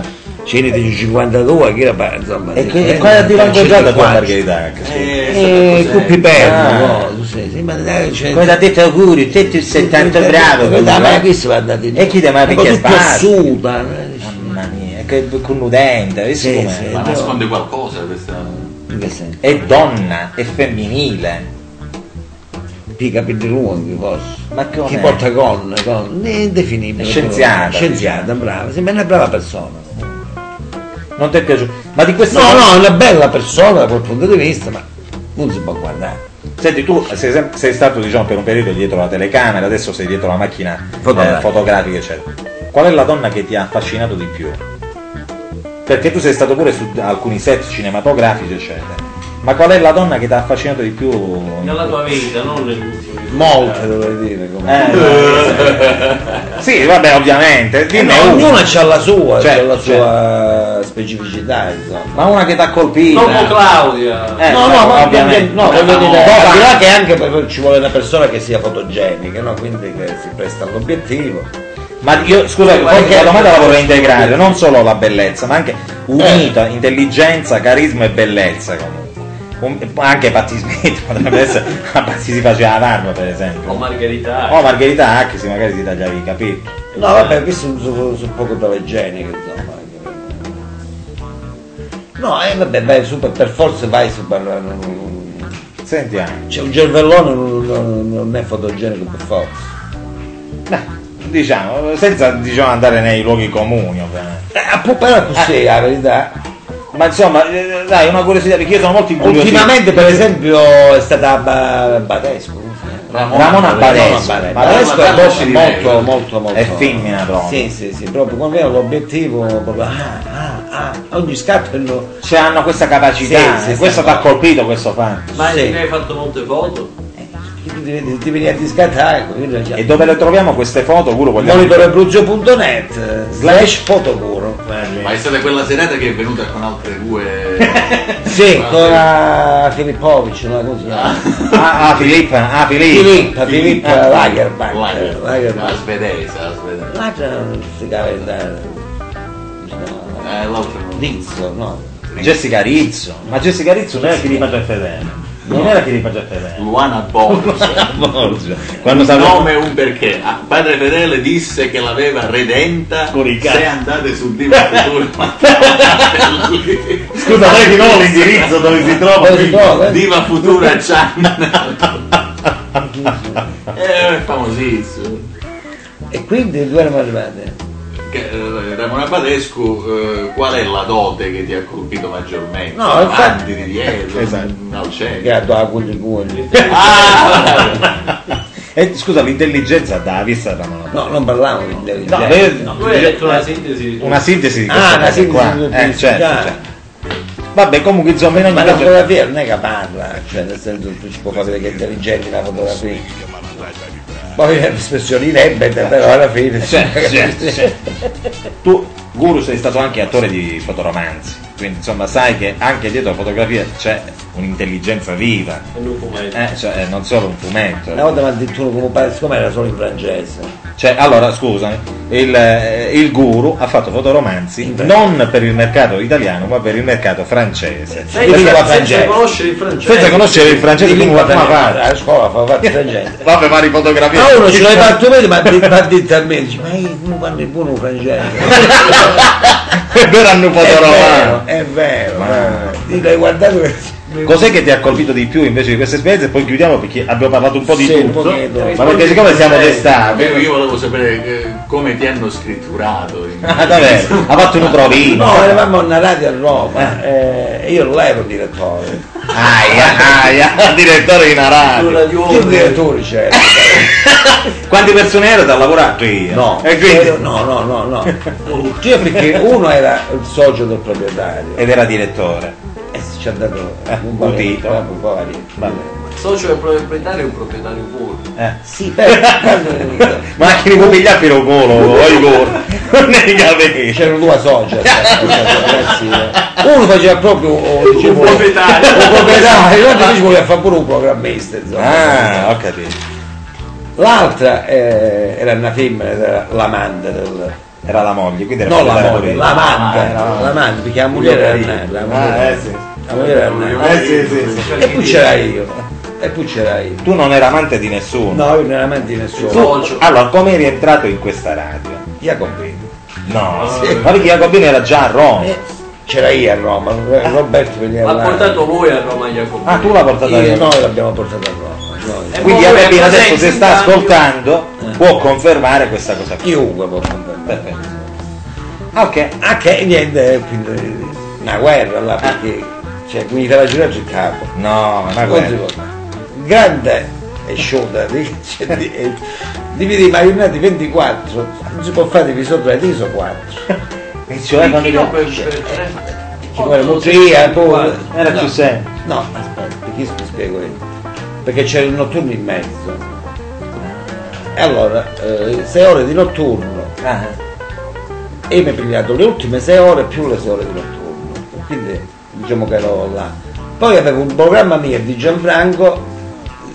[SPEAKER 3] Cene di 52, che era, insomma... Cioè,
[SPEAKER 2] E che- e qua è arrivata già la tua Margherita.
[SPEAKER 4] Eh,
[SPEAKER 3] E
[SPEAKER 4] sai
[SPEAKER 3] Cuppi
[SPEAKER 4] cos'è?
[SPEAKER 2] Ah.
[SPEAKER 3] Perno, no? Sì, sì, ma dai, cioè,
[SPEAKER 2] Come Eh, ti ha detto Augurio, te tu sei tanto
[SPEAKER 3] Eh,
[SPEAKER 2] bravo.
[SPEAKER 3] Come da
[SPEAKER 2] capito?
[SPEAKER 3] me questo va andato in
[SPEAKER 2] E chi te mai
[SPEAKER 3] Ma poi
[SPEAKER 2] picchia
[SPEAKER 3] tutto
[SPEAKER 2] spazio?
[SPEAKER 3] assuta. eh,
[SPEAKER 2] Mamma mia, che connudente, vedi
[SPEAKER 3] Sì,
[SPEAKER 2] com'è?
[SPEAKER 3] sì.
[SPEAKER 4] Ma
[SPEAKER 3] no.
[SPEAKER 4] nasconde qualcosa questa.
[SPEAKER 3] in che senso?
[SPEAKER 2] È donna, è femminile.
[SPEAKER 3] Di capelli lunghi, forse.
[SPEAKER 2] Ma che
[SPEAKER 3] Chi
[SPEAKER 2] onè?
[SPEAKER 3] porta con, con, è indefinibile.
[SPEAKER 2] È scienziata.
[SPEAKER 3] Scienziata, brava. Sembra una brava persona.
[SPEAKER 2] Non ti è piaciuto? Ma di questo
[SPEAKER 3] No, no, è una bella persona da quel punto di vista, ma non si può guardare.
[SPEAKER 2] Senti, tu sei, sem- sei stato diciamo, per un periodo dietro la telecamera, adesso sei dietro la macchina eh,
[SPEAKER 3] Fotografica.
[SPEAKER 2] fotografica, eccetera. Qual è la donna che ti ha affascinato di più? Perché tu sei stato pure su alcuni set cinematografici, eccetera. Ma qual è la donna che ti ha affascinato di più?
[SPEAKER 5] Nella tua vita, non nell'ultimo.
[SPEAKER 3] Molte dovrei dire comunque.
[SPEAKER 2] Eh, no. Eh. sì, vabbè, ovviamente.
[SPEAKER 3] Eh,
[SPEAKER 2] Dimmi
[SPEAKER 3] no,
[SPEAKER 2] una.
[SPEAKER 3] ognuna ha la sua,
[SPEAKER 2] Certo,
[SPEAKER 3] c'ha la sua eh, specificità, insomma.
[SPEAKER 2] Ma una che ti ha colpito.
[SPEAKER 3] eh.
[SPEAKER 5] Dopo Claudia.
[SPEAKER 2] Eh,
[SPEAKER 3] no,
[SPEAKER 2] ma
[SPEAKER 3] no, ma
[SPEAKER 2] ovviamente.
[SPEAKER 3] no,
[SPEAKER 2] Ma
[SPEAKER 3] voglio
[SPEAKER 2] no.
[SPEAKER 3] dire,
[SPEAKER 2] Boba.
[SPEAKER 3] al di là che anche per- ci vuole una persona che sia fotogenica, no? quindi che si presta all'obiettivo.
[SPEAKER 2] Ma io scusa,
[SPEAKER 5] Guarda,
[SPEAKER 2] poi
[SPEAKER 5] che-
[SPEAKER 2] la domanda la vorrei integrare, non solo la bellezza, ma anche
[SPEAKER 3] Eh.
[SPEAKER 2] unita, intelligenza, carisma e bellezza comunque. Un- anche Patti Smith potrebbe essere a Patti si faceva l'arma per esempio.
[SPEAKER 3] Oh,
[SPEAKER 5] O
[SPEAKER 2] O
[SPEAKER 5] Margherita.
[SPEAKER 2] Margherita Hacchi se magari si tagliava i capelli.
[SPEAKER 3] No, vabbè, questo è un su, su poco telegenico, insomma. No, eh, vabbè, beh, super, per forza vai super.
[SPEAKER 2] Sentiamo.
[SPEAKER 3] C'è un cervellone non, non- non è fotogenico per forza.
[SPEAKER 2] Beh, diciamo, senza diciamo, andare nei luoghi comuni ovviamente.
[SPEAKER 3] Eh, appu- però è così, la verità.
[SPEAKER 2] Ma insomma, eh, dai, una curiosità, perché io sono molto incuriosito.
[SPEAKER 3] Ultimamente, per esempio, è stata Ba- Badescu.
[SPEAKER 2] Ramona Badescu.
[SPEAKER 3] Badescu, Badescu.
[SPEAKER 2] Ma
[SPEAKER 3] Badescu
[SPEAKER 4] guarda,
[SPEAKER 3] è
[SPEAKER 4] ci direi.
[SPEAKER 3] molto, molto, molto, molto.
[SPEAKER 2] È femmina proprio.
[SPEAKER 3] Sì, sì, sì, proprio quando era l'obiettivo, proprio, ah, ah, ah, ogni scatto è lo-
[SPEAKER 2] Cioè hanno questa capacità,
[SPEAKER 3] Sì, sì,
[SPEAKER 2] e questo
[SPEAKER 3] sì.
[SPEAKER 2] ti ha colpito questo fan.
[SPEAKER 5] Ma
[SPEAKER 3] Sì. Eh,
[SPEAKER 5] ne hai fatto molte foto?
[SPEAKER 3] ti, ti, ti veniva di scattare quindi già-
[SPEAKER 2] E dove le troviamo queste foto? Pure vogliamo
[SPEAKER 3] monitorabruggio.net eh, slash fotocuro
[SPEAKER 4] Ma è stata quella serata che è venuta con altre due.
[SPEAKER 3] sì
[SPEAKER 4] Ma-
[SPEAKER 3] ancora Filippovic no, come si chiama?
[SPEAKER 2] Ah, ah, Filippo, ah, Filippo.
[SPEAKER 3] Filippa Filippa
[SPEAKER 2] Ah,
[SPEAKER 3] Lagerbank
[SPEAKER 4] Lager- La
[SPEAKER 3] Lagerbank
[SPEAKER 4] svedese, la svedese.
[SPEAKER 3] Lagerbank non si caventa
[SPEAKER 4] Eh, l'altra no.
[SPEAKER 3] Rizzo no
[SPEAKER 2] Jessica Rizzo. Ma Jessica Rizzo non era Filippa Giaffedene. Non era Filippa Giaffedene.
[SPEAKER 4] Luana Borges.
[SPEAKER 2] Quando
[SPEAKER 4] Il
[SPEAKER 2] sapeva
[SPEAKER 4] nome è un perché. Ah, padre Fedele disse che l'aveva redenta.
[SPEAKER 2] Scoricata.
[SPEAKER 4] Se andate sul Diva Futuro.
[SPEAKER 2] Scusa, lei di nuovo l'indirizzo dove si trova
[SPEAKER 3] Dove si
[SPEAKER 2] Filippo?
[SPEAKER 3] trova?
[SPEAKER 4] Diva Futura Channel. eh, è famosissimo.
[SPEAKER 3] e quindi due erano arrivate
[SPEAKER 4] Che, eh, Ramona Badescu, eh, qual è la dote che ti ha colpito maggiormente?
[SPEAKER 3] No, infatti-
[SPEAKER 4] Avanti, di dietro, mm,
[SPEAKER 2] Esatto.
[SPEAKER 4] al
[SPEAKER 3] che
[SPEAKER 4] centro.
[SPEAKER 3] ha dato cugli cugli
[SPEAKER 4] Ah,
[SPEAKER 2] Eh, scusa, l'intelligenza da vista da mano.
[SPEAKER 3] no non parlavano di intelligenza
[SPEAKER 2] No, eh,
[SPEAKER 5] No, tu hai detto una sintesi.
[SPEAKER 2] una sintesi di questa
[SPEAKER 3] Ah, una
[SPEAKER 2] cosa
[SPEAKER 3] sintesi
[SPEAKER 2] qua.
[SPEAKER 3] del
[SPEAKER 2] Eh, certo,
[SPEAKER 3] già.
[SPEAKER 2] certo. Vabbè, comunque insomma in ogni
[SPEAKER 3] ma la
[SPEAKER 2] caso
[SPEAKER 3] fotografia non è che parla, cioè nel senso tu ci può far vedere che è intelligente la fotografia. Poi è un'espressione inebete, però alla fine.
[SPEAKER 2] Eh, Certo,
[SPEAKER 3] cioè,
[SPEAKER 2] certo, tu Guru sei stato anche attore di fotoromanzi, quindi insomma sai che anche dietro la fotografia c'è un'intelligenza viva.
[SPEAKER 5] E non fumetto.
[SPEAKER 2] Eh, cioè, eh, non solo un
[SPEAKER 3] Una
[SPEAKER 2] fumetto.
[SPEAKER 3] volta mi ha detto uno come pare, siccome era solo in francese.
[SPEAKER 2] Cioè, allora, scusami, il, eh, il guru ha fatto fotoromanzi
[SPEAKER 3] Beh.
[SPEAKER 2] non per il mercato italiano, ma per il mercato francese.
[SPEAKER 5] Sai
[SPEAKER 3] Io
[SPEAKER 5] che
[SPEAKER 3] dico la
[SPEAKER 5] senza
[SPEAKER 3] francese.
[SPEAKER 5] conoscere il francese.
[SPEAKER 2] Senza conoscere il francese,
[SPEAKER 3] Di
[SPEAKER 2] come
[SPEAKER 3] lingua
[SPEAKER 2] fa a
[SPEAKER 3] italiana,
[SPEAKER 2] fare?
[SPEAKER 3] alla scuola fa fatto francese.
[SPEAKER 2] Vabbè, fare fotografia.
[SPEAKER 3] Ma Ah, uno ce l'hai fatto vedere, ma ti ha detto a me, dice, ma io come parlo il buono francese.
[SPEAKER 2] È Eh. vero, hanno
[SPEAKER 3] È
[SPEAKER 2] fotoromanzi.
[SPEAKER 3] vero, è vero.
[SPEAKER 2] Ma-
[SPEAKER 3] Ti l'hai guardato che.
[SPEAKER 2] Cos'è che ti ha colpito di più invece di questa esperienza? E poi chiudiamo perché abbiamo parlato un po' di
[SPEAKER 3] Sì, un
[SPEAKER 2] tutto.
[SPEAKER 3] pochetto.
[SPEAKER 2] Ma perché siccome siamo testati.
[SPEAKER 4] Io volevo sapere eh, come ti hanno scritturato. in-
[SPEAKER 2] Ah, davvero? Ha fatto un provino.
[SPEAKER 3] No, eravamo a una radio a Roma eh, e io non ero il direttore.
[SPEAKER 2] Aia, aia, direttore di una radio.
[SPEAKER 5] Cultura di
[SPEAKER 3] Io il
[SPEAKER 5] ordine.
[SPEAKER 3] direttore c'era.
[SPEAKER 2] Quante persone erano da lavorare io?
[SPEAKER 3] No,
[SPEAKER 2] E quindi-
[SPEAKER 3] io- no, no, no, no. Io perché uno era il socio del proprietario
[SPEAKER 2] Ed era direttore.
[SPEAKER 3] e si ci ha dato un
[SPEAKER 2] Eh, un titolo.
[SPEAKER 3] po' un po' varie.
[SPEAKER 2] Vabbè.
[SPEAKER 5] Socio e proprietario è un proprietario puro.
[SPEAKER 2] Eh.
[SPEAKER 3] Sì, però
[SPEAKER 2] Ma anche li può pigliare per un volo, poi Non ne capire.
[SPEAKER 3] c'erano due soci. ragazzi, eh. Uno faceva proprio oh, dicevo, un
[SPEAKER 5] proprietario.
[SPEAKER 3] proprietario, l'altro invece voleva fare pure un programmista. Insomma.
[SPEAKER 2] Ah, ho capito.
[SPEAKER 3] L'altra eh, era una femmina, era l'amante del.
[SPEAKER 2] Era Eh, la moglie, quindi era
[SPEAKER 3] No, la
[SPEAKER 2] proprietaria
[SPEAKER 3] moglie,
[SPEAKER 2] pure.
[SPEAKER 3] l'amante,
[SPEAKER 2] Ah, era la moglie.
[SPEAKER 3] l'amante, perché la moglie era
[SPEAKER 2] Ah, eh
[SPEAKER 3] Nella.
[SPEAKER 2] sì.
[SPEAKER 3] La moglie era Nella.
[SPEAKER 2] Eh sì, sì, sì.
[SPEAKER 3] E poi c'era io. E poi c'era io.
[SPEAKER 2] Tu non eri amante di nessuno.
[SPEAKER 3] No, io non era amante di nessuno.
[SPEAKER 5] Tu-
[SPEAKER 2] Allora, come eri entrato in questa radio?
[SPEAKER 3] Jacobino.
[SPEAKER 2] No,
[SPEAKER 5] Sì.
[SPEAKER 2] ma perché Jacobino era già a Roma.
[SPEAKER 3] Eh, C'era io a Roma, Roberto veniva
[SPEAKER 5] L'ha
[SPEAKER 3] là.
[SPEAKER 5] portato voi a Roma Jacopo.
[SPEAKER 2] Ah, tu l'ha portata
[SPEAKER 3] Io-
[SPEAKER 2] via.
[SPEAKER 3] noi l'abbiamo portato a Roma. noi.
[SPEAKER 5] Eh,
[SPEAKER 2] Quindi
[SPEAKER 5] Voi
[SPEAKER 2] Jacobino
[SPEAKER 5] avete
[SPEAKER 2] adesso se sta
[SPEAKER 5] 60 anni.
[SPEAKER 2] ascoltando può confermare questa cosa qui.
[SPEAKER 3] Chiunque può comprare.
[SPEAKER 2] Perfetto. Ah, ok.
[SPEAKER 3] Ah che niente, eh, quindi, una guerra là perché cioè, quindi te la giraggio il capo.
[SPEAKER 2] No, ma
[SPEAKER 3] Non si
[SPEAKER 2] guarda.
[SPEAKER 3] può fare. Grande e sciolta di- cioè, di- eh, dividi i marinati 24, non si può fare diviso 3, diviso 4.
[SPEAKER 2] E cioè, quando-
[SPEAKER 5] Chi no, per- per- per-
[SPEAKER 3] Ci vuole Mutria, poi.
[SPEAKER 2] Era
[SPEAKER 3] no.
[SPEAKER 2] più semplice.
[SPEAKER 3] No, aspetta, perché ti spiego io? Perché c'era il notturno in mezzo. E allora, eh, sei ore di notturno,
[SPEAKER 2] Ah,
[SPEAKER 3] e mi ha pigliato le ultime sei ore più le sei ore di notturno quindi diciamo che ero là poi avevo un programma mio di Gianfranco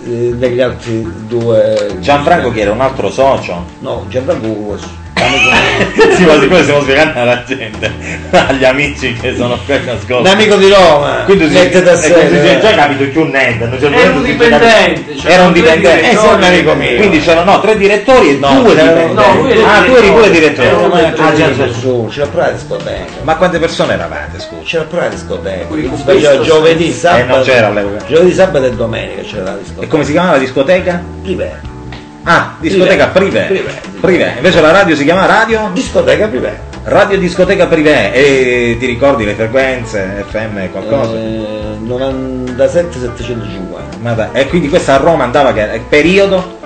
[SPEAKER 3] eh, degli altri due
[SPEAKER 2] Gianfranco Ah, che era un altro socio.
[SPEAKER 3] no Gianfranco Uros
[SPEAKER 2] sì, ma siccome stiamo spiegando alla gente, agli amici che sono qui in
[SPEAKER 3] un
[SPEAKER 2] ascolto.
[SPEAKER 3] amico di Roma
[SPEAKER 2] Quindi si,
[SPEAKER 3] mette da
[SPEAKER 2] e quindi si è già
[SPEAKER 3] sé Eh,
[SPEAKER 2] capito più niente. non c'è
[SPEAKER 5] Era un
[SPEAKER 2] niente, non c'è capito.
[SPEAKER 5] dipendente. cioè,
[SPEAKER 2] era un
[SPEAKER 5] tre
[SPEAKER 2] dipendente.
[SPEAKER 5] direttori.
[SPEAKER 3] Eh, sei un amico mio.
[SPEAKER 2] Quindi c'erano no, tre direttori e
[SPEAKER 3] No,
[SPEAKER 2] due
[SPEAKER 3] c'erano-
[SPEAKER 2] dipendenti.
[SPEAKER 5] no, lui era
[SPEAKER 2] ah, tu eri pure direttore.
[SPEAKER 5] Era un
[SPEAKER 2] Ah,
[SPEAKER 5] direttore.
[SPEAKER 2] già, già, già.
[SPEAKER 3] su c'era pure la discoteca
[SPEAKER 2] Ma quante persone eravate, scusa?
[SPEAKER 3] c'era pure la discoteca
[SPEAKER 5] Qui
[SPEAKER 3] quindi
[SPEAKER 5] con
[SPEAKER 3] si faceva
[SPEAKER 5] questo-
[SPEAKER 3] giovedì
[SPEAKER 2] Eh, non
[SPEAKER 3] sabato
[SPEAKER 2] c'era all'epoca.
[SPEAKER 3] giovedì sabato e domenica c'era la
[SPEAKER 2] E
[SPEAKER 3] discoteca
[SPEAKER 2] come si chiamava la discoteca?
[SPEAKER 3] privé
[SPEAKER 2] Ah, discoteca Privé.
[SPEAKER 3] Privé.
[SPEAKER 2] Privé. Invece la radio si chiama Radio?
[SPEAKER 3] discoteca privé
[SPEAKER 2] Radio Discoteca Privé. E ti ricordi le frequenze, FM, qualcosa?
[SPEAKER 3] eh, 97 750
[SPEAKER 2] Ma dai, E quindi questa a Roma andava che eh, periodo?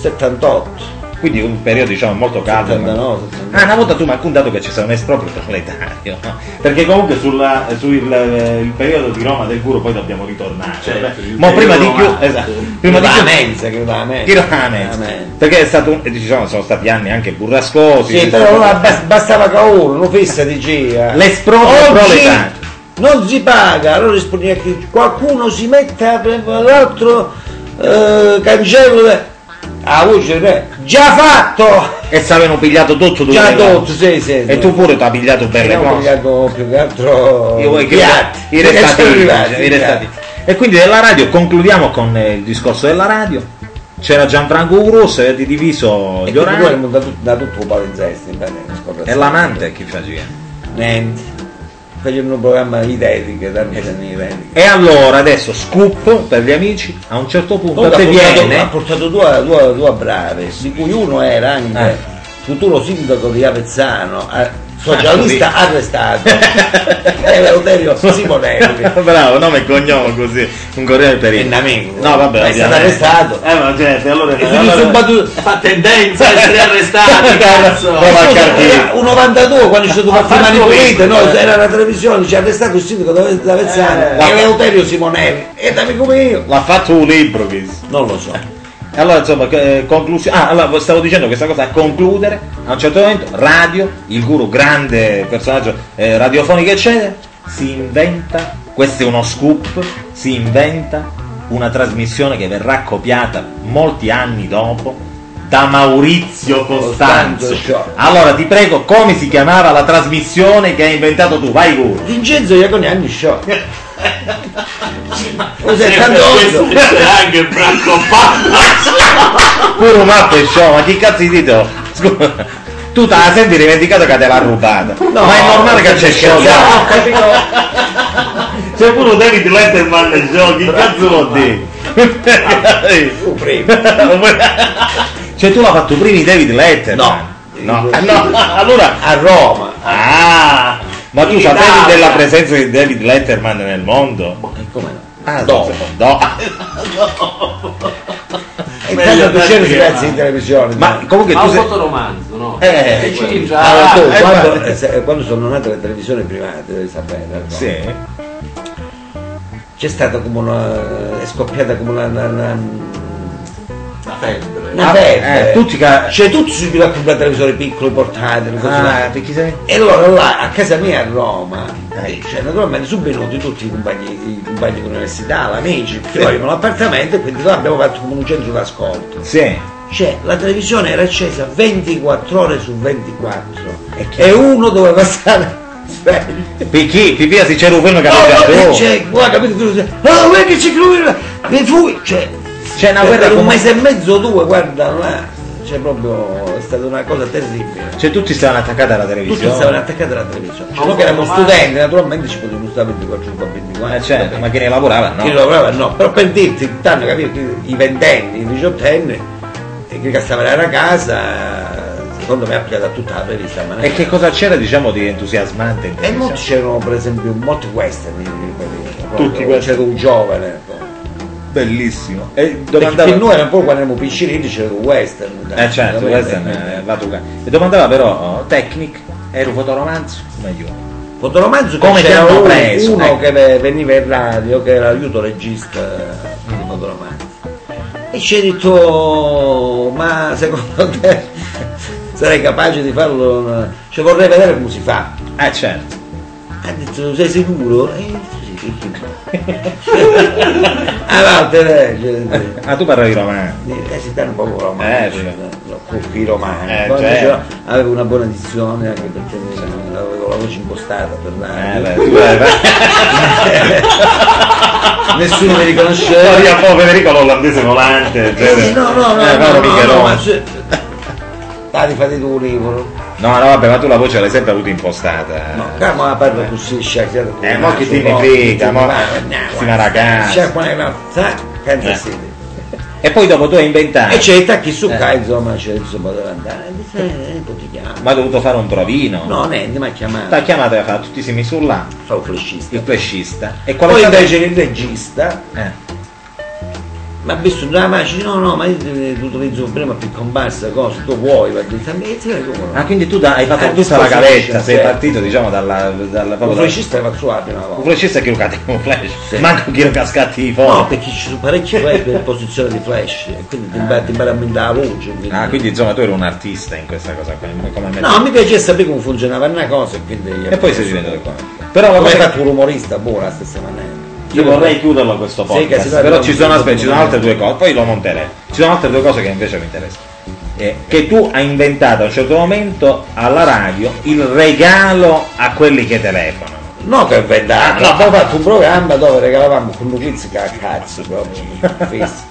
[SPEAKER 3] 78
[SPEAKER 2] Quindi un periodo diciamo molto caldo. ma-
[SPEAKER 3] 79, 79.
[SPEAKER 2] Ah, una volta tu mi hai raccontato che ci sei un esproprio proletario. no? Perché comunque sulla, sul eh, il periodo di Roma del Guru poi dobbiamo ritornare.
[SPEAKER 5] Certo,
[SPEAKER 2] vabbè.
[SPEAKER 5] il
[SPEAKER 2] Ma prima di
[SPEAKER 5] periodo
[SPEAKER 2] chiudere,
[SPEAKER 5] romanzo.
[SPEAKER 2] esatto, prima
[SPEAKER 3] Prima
[SPEAKER 2] di
[SPEAKER 3] la
[SPEAKER 2] chiudere,
[SPEAKER 3] mensa, credo la mensa.
[SPEAKER 2] tiro la mensa.
[SPEAKER 3] La mensa.
[SPEAKER 2] Perché è stato un, eh, diciamo, sono stati anni anche burrascosi.
[SPEAKER 3] Sì, però allora bas- bastava che uno, uno fissa di gira.
[SPEAKER 2] L'esproprio proletario.
[SPEAKER 3] non si paga, allora rispondi a chi qualcuno si mette a pre- l'altro eh, cancello de- Ah, a voce del re. Già fatto!
[SPEAKER 2] E si avevano pigliato tutto due
[SPEAKER 3] Già
[SPEAKER 2] le mani.
[SPEAKER 3] tutto, sì, sì.
[SPEAKER 2] E tu pure ti hai pigliato belle
[SPEAKER 3] Abbiamo
[SPEAKER 2] cose.
[SPEAKER 3] pigliato più che altro
[SPEAKER 2] Io vuoi che
[SPEAKER 3] piatti.
[SPEAKER 2] i restati,
[SPEAKER 3] Siamo arrivati,
[SPEAKER 2] i restati. E quindi della radio concludiamo con eh, il discorso della radio. C'era Gianfranco Urus, avete diviso
[SPEAKER 3] E
[SPEAKER 2] gli
[SPEAKER 3] quindi
[SPEAKER 2] orari.
[SPEAKER 3] poi da, tut- da tutto un palinzesti, bene, scordazione.
[SPEAKER 2] E l'amante chi faceva?
[SPEAKER 3] Niente. Facevano un programma di dediche, da anni dediche.
[SPEAKER 2] E allora adesso scoop per gli amici, a un certo punto
[SPEAKER 3] Poi
[SPEAKER 2] a
[SPEAKER 3] ha
[SPEAKER 2] te
[SPEAKER 3] portato, ha
[SPEAKER 2] viene.
[SPEAKER 3] portato due, due, due brave, di cui uno era anche
[SPEAKER 2] Eh.
[SPEAKER 3] futuro sindaco di Avezzano, a- socialista arrestato, era Euterio Simonelli.
[SPEAKER 2] Bravo, nome e cognome così, un corriere per
[SPEAKER 3] È un amico.
[SPEAKER 2] No, vabbè,
[SPEAKER 3] È stato
[SPEAKER 2] ovviamente.
[SPEAKER 3] arrestato.
[SPEAKER 2] Eh, ma gente, allora Ah,
[SPEAKER 3] E quindi sono battuto.
[SPEAKER 5] Fa tendenza a essere arrestati, cazzo.
[SPEAKER 2] Ma va a
[SPEAKER 3] Scusa,
[SPEAKER 2] cartire.
[SPEAKER 3] un 92 quando c'è stato
[SPEAKER 5] Ma
[SPEAKER 3] fatto mani
[SPEAKER 5] fatto
[SPEAKER 3] pulite,
[SPEAKER 5] questo,
[SPEAKER 3] no,
[SPEAKER 5] eh.
[SPEAKER 3] era la televisione, ci ha arrestato il sindaco d'Ave- d'Avezzano,
[SPEAKER 2] Eh.
[SPEAKER 3] era Euterio Simonelli, ed amico mio.
[SPEAKER 2] L'ha fatto un libro, chissà.
[SPEAKER 3] Non lo so.
[SPEAKER 2] E Allora, insomma, eh, conclusione. Ah, allora stavo dicendo questa cosa a concludere. A un certo momento, radio, il guru, grande personaggio eh, radiofonico, eccetera, si inventa. Questo è uno scoop. Si inventa una trasmissione che verrà copiata molti anni dopo da Maurizio Costanzo.
[SPEAKER 3] Costanzo, cioè.
[SPEAKER 2] Allora, ti prego, come si chiamava la trasmissione che hai inventato tu? Vai, guru.
[SPEAKER 3] Vincenzo Iaconiani Show. Cos'è
[SPEAKER 4] Questo
[SPEAKER 3] tanto
[SPEAKER 4] c'è anche Franco Palla.
[SPEAKER 2] Guru Mappa e Show, ma chi cazzo di te? Scusa. Tu te la senti dimenticata che te l'ha rubata. ma è normale che c'è Show. dai. C'è pure David Letterman nel gioco, che cazzo vuol dire?
[SPEAKER 3] Tu prima.
[SPEAKER 2] cioè tu l'ha fatto prima di David Letterman?
[SPEAKER 3] No.
[SPEAKER 2] No. Ah, no, Allora...
[SPEAKER 3] A Roma.
[SPEAKER 2] Ah! Ma tu
[SPEAKER 5] In
[SPEAKER 2] sapevi
[SPEAKER 5] Italia.
[SPEAKER 2] della presenza di David Letterman nel mondo?
[SPEAKER 3] E Eh, come no?
[SPEAKER 2] Ah,
[SPEAKER 3] dopo.
[SPEAKER 2] no.
[SPEAKER 3] E
[SPEAKER 4] Meglio
[SPEAKER 3] tanto tu c'eri
[SPEAKER 4] che-
[SPEAKER 3] grazie in televisione.
[SPEAKER 2] Ma comunque
[SPEAKER 5] Ma
[SPEAKER 2] tu
[SPEAKER 5] un
[SPEAKER 2] sei...
[SPEAKER 5] fotoromanzo, no?
[SPEAKER 2] Eh,
[SPEAKER 5] E ci
[SPEAKER 2] quello.
[SPEAKER 5] già-
[SPEAKER 3] Allora, tu,
[SPEAKER 2] Ah, eh,
[SPEAKER 3] quando,
[SPEAKER 2] guarda.
[SPEAKER 3] se- quando sono nate le televisioni private, devi sapere, no?
[SPEAKER 2] Sì.
[SPEAKER 3] c'è stata come una. eh, è scoppiata come una. una, una
[SPEAKER 4] La febbre.
[SPEAKER 3] una
[SPEAKER 2] Ah,
[SPEAKER 3] febbre.
[SPEAKER 2] eh, tutti ca-
[SPEAKER 3] Cioè tutti si a comprare televisori piccoli, portatili, così là.
[SPEAKER 2] Ah, perché sei...
[SPEAKER 3] E allora là, a casa mia a Roma, eh, cioè, naturalmente sono venuti tutti i compagni, i compagni dell'università, gli amici, perché noi avevamo l'appartamento e quindi noi abbiamo fatto come un centro d'ascolto.
[SPEAKER 2] Sì.
[SPEAKER 3] Cioè la televisione era accesa 24 ore su 24
[SPEAKER 2] E chi-
[SPEAKER 3] e uno doveva stare sveglio.
[SPEAKER 2] Picchi, Pipia si c'è un film che
[SPEAKER 3] No,
[SPEAKER 2] ha
[SPEAKER 3] no,
[SPEAKER 2] fatto.
[SPEAKER 3] c'è, guarda, capito, tu dici, "Ah, guarda che c'è lui, Ne fui, cioè,
[SPEAKER 2] C'è una
[SPEAKER 3] per
[SPEAKER 2] guerra
[SPEAKER 3] un
[SPEAKER 2] come-
[SPEAKER 3] mese e mezzo o due, guarda, là, cioè proprio è stata una cosa terribile.
[SPEAKER 2] Cioè tutti stavano attaccati alla
[SPEAKER 3] Tutti
[SPEAKER 2] televisione.
[SPEAKER 3] stavano attaccati alla televisione.
[SPEAKER 5] Ma
[SPEAKER 3] Noi che eravamo
[SPEAKER 5] ma-
[SPEAKER 3] studenti, naturalmente ci potevamo stare 24 ore 24.
[SPEAKER 2] Eh, certo, ma
[SPEAKER 3] vabbè.
[SPEAKER 2] chi ne lavorava no.
[SPEAKER 3] Chi lavorava no, però per dirti, tanto capito, i ventenni, i diciottenni, eh, che castavano a casa, secondo me ha applicato a tutta la prevista ma
[SPEAKER 2] E che cosa c'era diciamo di entusiasmante? in
[SPEAKER 3] E molti
[SPEAKER 2] televisione?
[SPEAKER 3] c'erano per esempio molti western in quel periodo, proprio,
[SPEAKER 2] Tutti questi.
[SPEAKER 3] c'era un giovane.
[SPEAKER 2] Bellissimo. E
[SPEAKER 3] Domandava...
[SPEAKER 2] domandava...
[SPEAKER 3] Per noi era un po' quando eravamo piccinini c'era un western.
[SPEAKER 2] Eh certo,
[SPEAKER 3] veramente,
[SPEAKER 2] questa è
[SPEAKER 3] eh.
[SPEAKER 2] la tuca. E domandava però, oh, Technic, era un fotoromanzo? Meglio.
[SPEAKER 3] Fotoromanzo che
[SPEAKER 2] Come ti
[SPEAKER 3] c'era
[SPEAKER 2] hanno
[SPEAKER 3] uno,
[SPEAKER 2] preso,
[SPEAKER 3] uno
[SPEAKER 2] ecco.
[SPEAKER 3] che ve- veniva in radio, che era aiuto regista eh, di fotoromanzo. E ci ha detto, ma secondo te sarei capace di farlo? Cioè vorrei vedere come si fa.
[SPEAKER 2] Eh certo.
[SPEAKER 3] Ha detto, sei sicuro? E io, sì, sì, sì. ah, Walter, eh, cioè,
[SPEAKER 2] Ah, tu parlavi romano.
[SPEAKER 3] Eh, si danno proprio romani,
[SPEAKER 2] Eh,
[SPEAKER 3] cioè,
[SPEAKER 2] sì.
[SPEAKER 3] no, cuffi romani.
[SPEAKER 2] Eh,
[SPEAKER 3] Poi
[SPEAKER 2] certo.
[SPEAKER 3] dicevo, avevo una buona edizione anche perché avevo la voce impostata per la
[SPEAKER 2] Eh, beh, tu eh,
[SPEAKER 3] nessuno mi riconosceva.
[SPEAKER 2] Storia un po' Federico l'olandese volante,
[SPEAKER 3] Eh, sì, no, no, no,
[SPEAKER 2] eh,
[SPEAKER 3] no,
[SPEAKER 2] Paolo
[SPEAKER 3] no,
[SPEAKER 2] Michelon.
[SPEAKER 3] no, ma se- Dai, fate tu un libro.
[SPEAKER 2] No, no, vabbè, ma tu la voce l'hai sempre avuta impostata.
[SPEAKER 3] No, camo la parla così, sciacchiata.
[SPEAKER 2] Eh, mo chi ti ne frega, mo
[SPEAKER 3] eh,
[SPEAKER 2] si una ragazza.
[SPEAKER 3] Sciacquone la sa, canta
[SPEAKER 2] Eh.
[SPEAKER 3] sì.
[SPEAKER 2] E poi dopo tu hai inventato.
[SPEAKER 3] E c'è il tacchi su
[SPEAKER 2] Eh.
[SPEAKER 3] Kai, insomma, c'è insomma deve andare. E dice, eh, eh, poi ti chiamo.
[SPEAKER 2] Ma hai dovuto fare un provino.
[SPEAKER 3] No, niente, mi ha
[SPEAKER 2] T'ha
[SPEAKER 3] chiamato.
[SPEAKER 2] chiamato e ha fatto tutti semi su là,
[SPEAKER 3] Fa un flashista.
[SPEAKER 2] il flashista. E qual è
[SPEAKER 3] Poi
[SPEAKER 2] stato-
[SPEAKER 3] invece il regista
[SPEAKER 2] Eh.
[SPEAKER 3] Ma ha visto già la maci, no, no, ma io ti ti utilizzo prima più comparsa, cosa, tu vuoi, ma dici, "Ma che come no?
[SPEAKER 2] Ah, quindi tu da- hai fatto tutta
[SPEAKER 3] Ah,
[SPEAKER 2] la
[SPEAKER 3] questo
[SPEAKER 2] gavetta,
[SPEAKER 3] flashista,
[SPEAKER 2] sei
[SPEAKER 3] certo.
[SPEAKER 2] partito diciamo dalla... dalla
[SPEAKER 3] Un
[SPEAKER 2] proprio dalla-
[SPEAKER 3] fascista è fatto la prima
[SPEAKER 2] un
[SPEAKER 3] volta.
[SPEAKER 2] flashista è chi lo cade con un flash.
[SPEAKER 3] Sì.
[SPEAKER 2] Manco chi lo cascatti i
[SPEAKER 3] No,
[SPEAKER 2] forti.
[SPEAKER 3] perché ci sono parecchi flash per posizione di flash, e quindi ti imba- ti impara a mentare la luce. quindi-
[SPEAKER 2] Ah, quindi insomma tu eri un artista in questa cosa qua, come me.
[SPEAKER 3] No, mi piaceva sapere come funzionava una cosa e quindi...
[SPEAKER 2] E poi sei diventato qua. Però la
[SPEAKER 3] Come hai
[SPEAKER 2] cosa che-
[SPEAKER 3] fatto un umorista, buona la stessa maniera.
[SPEAKER 2] Io vorrei chiuderlo questo podcast,
[SPEAKER 3] che si parla
[SPEAKER 2] però
[SPEAKER 3] di
[SPEAKER 2] ci sono,
[SPEAKER 3] tutto,
[SPEAKER 2] aspe- ci sono
[SPEAKER 3] tutto.
[SPEAKER 2] altre due cose, poi lo monterei. Ci sono altre due cose che invece mi interessano. Eh, che tu hai inventato a un certo momento alla radio il regalo a quelli che telefonano.
[SPEAKER 3] No che inventato,
[SPEAKER 2] Ah, no.
[SPEAKER 3] no, poi ho fatto un programma dove regalavamo con quiz che a cazzo proprio. fissi.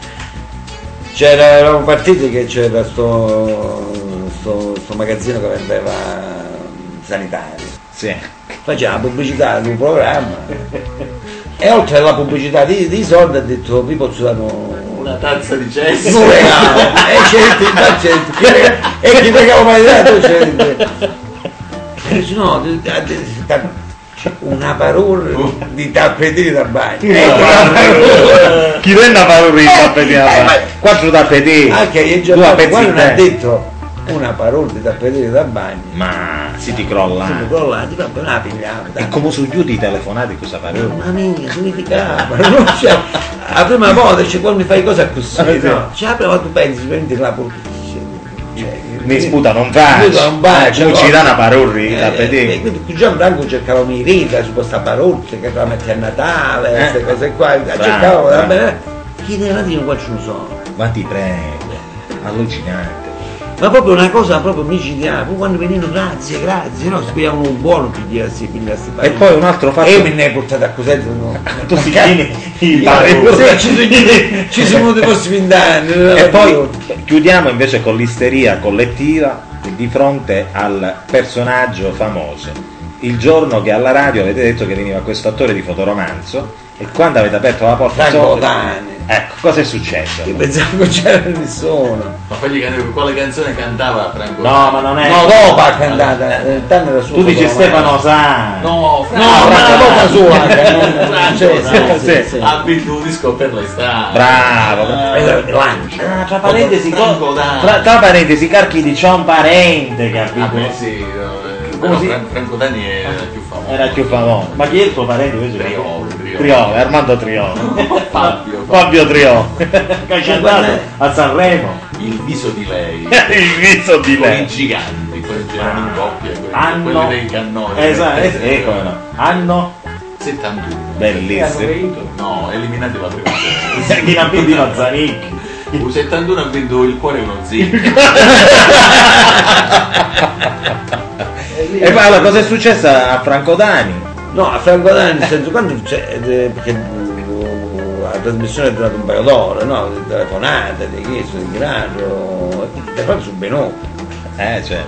[SPEAKER 3] c'era eravamo partiti che c'era sto, sto, sto magazzino che vendeva mm, sanitari.
[SPEAKER 2] Sì.
[SPEAKER 3] Faceva la pubblicità di un programma. E oltre alla pubblicità di, di soldi ha detto vi posso dare un
[SPEAKER 4] Una tazza di cesso.
[SPEAKER 3] un regalo. e c'è il ma c'è il- E chi pregava mai dato c'è il- E dice no, di- di- di- da- una parola di tappetini da bagno. E
[SPEAKER 2] Eh, Chi vende a fare un tappetino?
[SPEAKER 3] eh, ma-
[SPEAKER 2] Quattro tappetini.
[SPEAKER 3] Anche io già
[SPEAKER 2] due
[SPEAKER 3] guarda,
[SPEAKER 2] pezzi
[SPEAKER 3] non
[SPEAKER 2] di
[SPEAKER 3] ha
[SPEAKER 2] te.
[SPEAKER 3] detto una parola di tappetini da bagno.
[SPEAKER 2] Ma si ti crolla.
[SPEAKER 3] Sono collati, proprio la pigliava.
[SPEAKER 2] È come su giù di telefonate cosa fare?
[SPEAKER 3] Mamma mia, significava, Ah, non c'è. La prima volta cioè, quando mi fai cosa così,
[SPEAKER 2] Eh, sì.
[SPEAKER 3] no? Cioè, la prima volta tu pensi, prendi la cioè, portata.
[SPEAKER 2] Mi sputa non faccio.
[SPEAKER 3] Sputa non faccio,
[SPEAKER 2] Eh, ci
[SPEAKER 3] no.
[SPEAKER 2] dà una parurri
[SPEAKER 3] Eh,
[SPEAKER 2] i
[SPEAKER 3] e
[SPEAKER 2] tappetini.
[SPEAKER 3] quindi qui Gianfranco cercava mi rita su questa parolta che la metti a Natale,
[SPEAKER 2] Eh.
[SPEAKER 3] queste cose qua,
[SPEAKER 2] Bravo,
[SPEAKER 3] cercavo va
[SPEAKER 2] bravo.
[SPEAKER 3] bene. Chi ne va dire qua ce ne sono?
[SPEAKER 2] Ma ti prego, allucinante.
[SPEAKER 3] Ma proprio una cosa proprio micidiale, poi quando venivano grazie, grazie, no, spiegavano un buono pigliarsi, pigliarsi
[SPEAKER 2] E poi un altro fatto.
[SPEAKER 3] E io me ne hai portato a cos'è? No.
[SPEAKER 2] tu si tieni il
[SPEAKER 3] Sì, ci sono- ci sono dei prossimi vent'anni, no?
[SPEAKER 2] E Eh, poi chiudiamo invece con l'isteria collettiva di fronte al personaggio famoso. Il giorno che alla radio avete detto che veniva questo attore di fotoromanzo e quando avete aperto la porta
[SPEAKER 3] Franco
[SPEAKER 2] sopra-
[SPEAKER 3] Dani.
[SPEAKER 2] Ecco, cosa è successo?
[SPEAKER 3] Io pensavo non c'era nessuno.
[SPEAKER 4] Ma fagli canzone, quale canzone cantava Franco?
[SPEAKER 2] No, ma non è.
[SPEAKER 3] No, dopo ha cantato, eh, Tanner era solo
[SPEAKER 2] Eh. tu dici
[SPEAKER 3] Fotoromanzo.
[SPEAKER 2] Stefano Sa.
[SPEAKER 4] No,
[SPEAKER 3] No,
[SPEAKER 4] Franco.
[SPEAKER 3] ma la
[SPEAKER 2] bravo.
[SPEAKER 3] volta sua, anche, no?
[SPEAKER 4] Franco,
[SPEAKER 3] Cioè,
[SPEAKER 4] no,
[SPEAKER 3] sì, sì,
[SPEAKER 2] sì.
[SPEAKER 3] sì.
[SPEAKER 4] Ha vinto un disco per l'estate.
[SPEAKER 2] Bravo, bravo.
[SPEAKER 3] Eh, lancia.
[SPEAKER 2] Ah, tra parentesi,
[SPEAKER 4] Franco
[SPEAKER 2] co-
[SPEAKER 4] Dani.
[SPEAKER 2] tra, tra parentesi, carchi di John Parente, capito?
[SPEAKER 4] Ah, beh, sì, no, eh,
[SPEAKER 2] Come
[SPEAKER 4] però
[SPEAKER 2] si-
[SPEAKER 4] Fran- Franco Dani
[SPEAKER 2] Ah.
[SPEAKER 4] era più famoso.
[SPEAKER 2] Era il più famoso. Ma chi è il tuo parente invece?
[SPEAKER 4] Triolo, Triolo.
[SPEAKER 2] Triolo, Armando Triolo.
[SPEAKER 4] Fabio,
[SPEAKER 2] Fabio Triolo. che ha cantato a Sanremo.
[SPEAKER 4] il viso di lei.
[SPEAKER 2] Il viso Eh, di
[SPEAKER 4] con i
[SPEAKER 2] lei.
[SPEAKER 4] giganti, quelli che erano in coppia, quelli,
[SPEAKER 2] Hanno...
[SPEAKER 4] quelli dei cannoni.
[SPEAKER 2] Esatto, es- eh, come no. Hanno...
[SPEAKER 4] 71.
[SPEAKER 2] Bellissimo.
[SPEAKER 4] No, eliminate la prima cosa.
[SPEAKER 2] Chi ha vinto Mazzanicchi.
[SPEAKER 4] U 71 ha vinto il cuore è uno zio.
[SPEAKER 2] E poi allora cosa è successo a Franco Dani?
[SPEAKER 3] No, a Franco Dani, nel senso quando cioè, eh, perché eh, trasmissione è durata un paio d'ore, no? Di telefonate, di questo, di gradio, e quindi le cose sono benute.
[SPEAKER 2] Eh, cioè.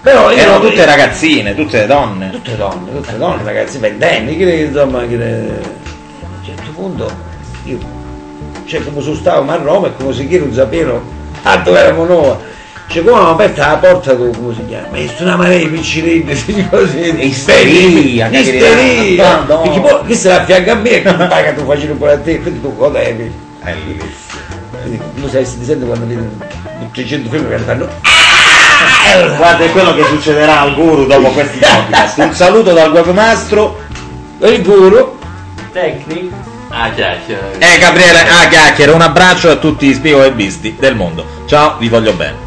[SPEAKER 3] Però io
[SPEAKER 2] Erano tutte
[SPEAKER 3] tutte,
[SPEAKER 2] ragazzine, tutte donne.
[SPEAKER 3] tutte donne, tutte donne, ragazzi, ventenni, che insomma, che a un certo punto io, cioè come sono stato a Roma e come si chiede un sapero
[SPEAKER 2] Ah,
[SPEAKER 3] a dove eravamo noi. Cioè come hanno aperto la porta con come si chiama? E una marea di piccirini, sì, così.
[SPEAKER 2] Isteria, che
[SPEAKER 3] isteria!
[SPEAKER 2] gridano.
[SPEAKER 3] Perché poi chi se la affianca a me, che paga tu facevi pure a te, quindi tu godevi.
[SPEAKER 2] Bellissimo.
[SPEAKER 3] Quindi tu sai si sente quando vedi un 300 film che fanno.
[SPEAKER 2] Guarda, è quello che succederà al guru dopo questi podcast. Un saluto dal webmastro.
[SPEAKER 3] Il guru
[SPEAKER 5] Tecnic.
[SPEAKER 4] Ah, chiacchiera.
[SPEAKER 2] Eh, E Gabriele, ah, chiacchiere, un abbraccio a tutti gli spiego e bisti del mondo. Ciao, vi voglio bene.